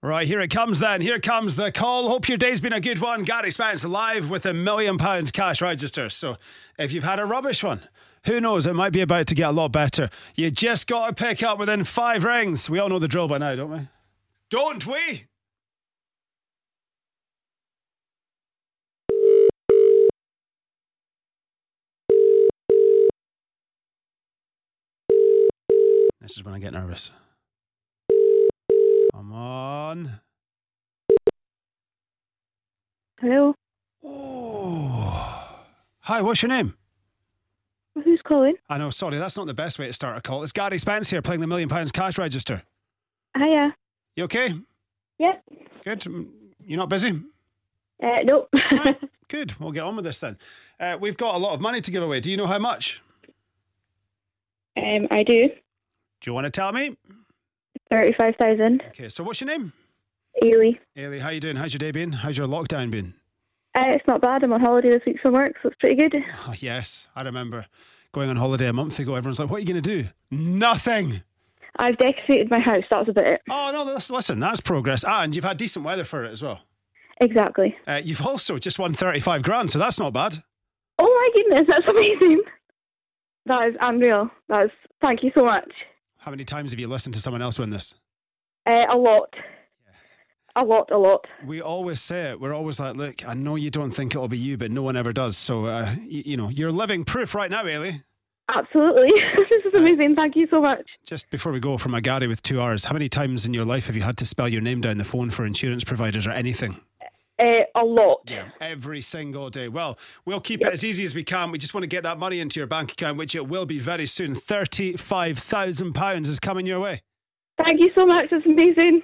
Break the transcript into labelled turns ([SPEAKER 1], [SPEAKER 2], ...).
[SPEAKER 1] Right, here it comes then. Here comes the call. Hope your day's been a good one. Gary Spence live with a million pounds cash register. So if you've had a rubbish one, who knows? It might be about to get a lot better. You just got to pick up within five rings. We all know the drill by now, don't we? Don't we? This is when I get nervous. Come on.
[SPEAKER 2] Hello,
[SPEAKER 1] Oh. Hi, what's your name?
[SPEAKER 2] who's calling?
[SPEAKER 1] I know, sorry, that's not the best way to start a call. It's Gary Spence here playing the million pounds cash register.
[SPEAKER 2] Hiya.
[SPEAKER 1] You okay?
[SPEAKER 2] Yep.
[SPEAKER 1] Good? Mm, You're not busy?
[SPEAKER 2] Uh, nope.
[SPEAKER 1] Right, Good. We'll get on with this then. Uh, we've got a lot of money to give away. Do you know how much?
[SPEAKER 2] um, I do.
[SPEAKER 1] Do you want to tell me?
[SPEAKER 2] Thirty-five thousand.
[SPEAKER 1] Okay, so what's your name?
[SPEAKER 2] Ailey.
[SPEAKER 1] Ailey, how you doing? How's your day been? How's your lockdown been?
[SPEAKER 2] Uh, it's not bad. I'm on holiday this week from work, so it's pretty good.
[SPEAKER 1] Oh, yes, I remember going on holiday a month ago. Everyone's like, what are you going to do? Nothing.
[SPEAKER 2] I've decorated my house. That's about it.
[SPEAKER 1] Oh, no, that's, listen, that's progress. Ah, and you've had decent weather for it as well.
[SPEAKER 2] Exactly.
[SPEAKER 1] Uh, you've also just won 35 grand, so that's not bad.
[SPEAKER 2] Oh my goodness, that's amazing. That is unreal. That's thank you so much.
[SPEAKER 1] How many times have you listened to someone else win this?
[SPEAKER 2] Uh, a lot. A lot. A lot.
[SPEAKER 1] We always say it. We're always like, look, I know you don't think it'll be you, but no one ever does. So, uh, y- you know, you're living proof right now, Ailey.
[SPEAKER 2] Absolutely. this is amazing. Thank you so much.
[SPEAKER 1] Just before we go from a Gary with two R's, how many times in your life have you had to spell your name down the phone for insurance providers or anything?
[SPEAKER 2] Uh, a lot.
[SPEAKER 1] Every single day. Well, we'll keep it as easy as we can. We just want to get that money into your bank account, which it will be very soon. £35,000 is coming your way.
[SPEAKER 2] Thank you so much. It's amazing.